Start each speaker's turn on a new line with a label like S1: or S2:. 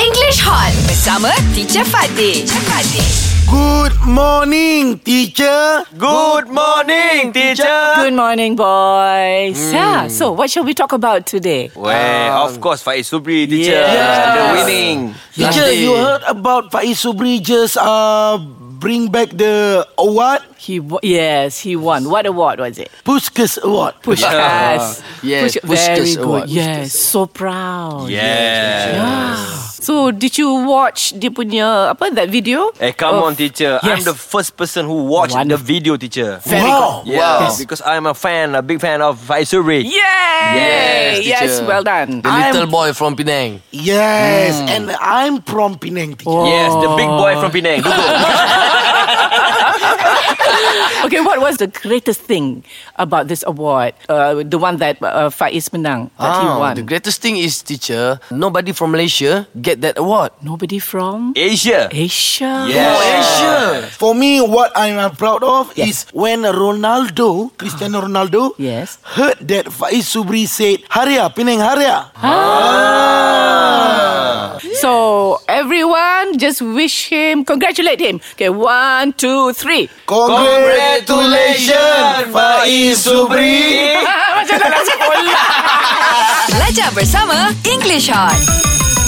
S1: English Hot bersama Teacher Fatih. Teacher Fatih.
S2: Good morning, teacher.
S3: Good morning, teacher.
S4: Good morning, boys.
S5: Hmm.
S4: Yeah. So, what shall we talk about today?
S3: Well, of course, Faiz Subri, teacher.
S4: Yes. Oh,
S3: The winning.
S2: Teacher,
S4: Last day.
S2: you heard about Faiz Subri just uh, bring back the award,
S4: He wa- yes, he won. What award was it?
S2: Pushkas Award.
S4: Pushkas.
S5: Yes,
S4: very
S5: Pushkas
S4: good.
S5: Award.
S4: Yes, so proud.
S3: Yeah.
S4: Ah. So, did you watch dia punya apa that video?
S3: Hey, Eh, come
S4: Oh,
S3: on, teacher. I'm
S4: Yes.
S3: the first person who watched the
S4: Wonderful.
S3: video, teacher.
S4: Very
S2: wow.
S4: good.
S3: Yeah,
S5: Yes.
S3: because I'm a fan, a big fan of Faiz Subri.
S4: Yay! Yes,
S5: teacher.
S4: well done.
S5: The little boy from Penang.
S2: Yes,
S4: Mm.
S2: and I'm from Penang, teacher.
S3: Yes, the big boy
S4: Oh.
S3: from Penang. Duduk.
S4: Okay, what was the greatest thing about this award? Uh, the one that uh, Faiz menang that he won.
S5: Ah, the greatest thing is, teacher, nobody from Malaysia get that award.
S4: Nobody from
S3: Asia.
S4: Asia.
S3: Yes.
S5: Malaysia.
S2: For me, what I'm uh, proud of is when Ronaldo, Cristiano Ronaldo,
S4: Yes.
S2: heard that Faiz Subri said, Haria, Penang Haria.
S4: So everyone just wish him, congratulate him. Okay, one, two, three.
S2: Congratulations, Faiz Subri.
S4: Macam dah nak sekolah.
S1: Belajar bersama English Hot.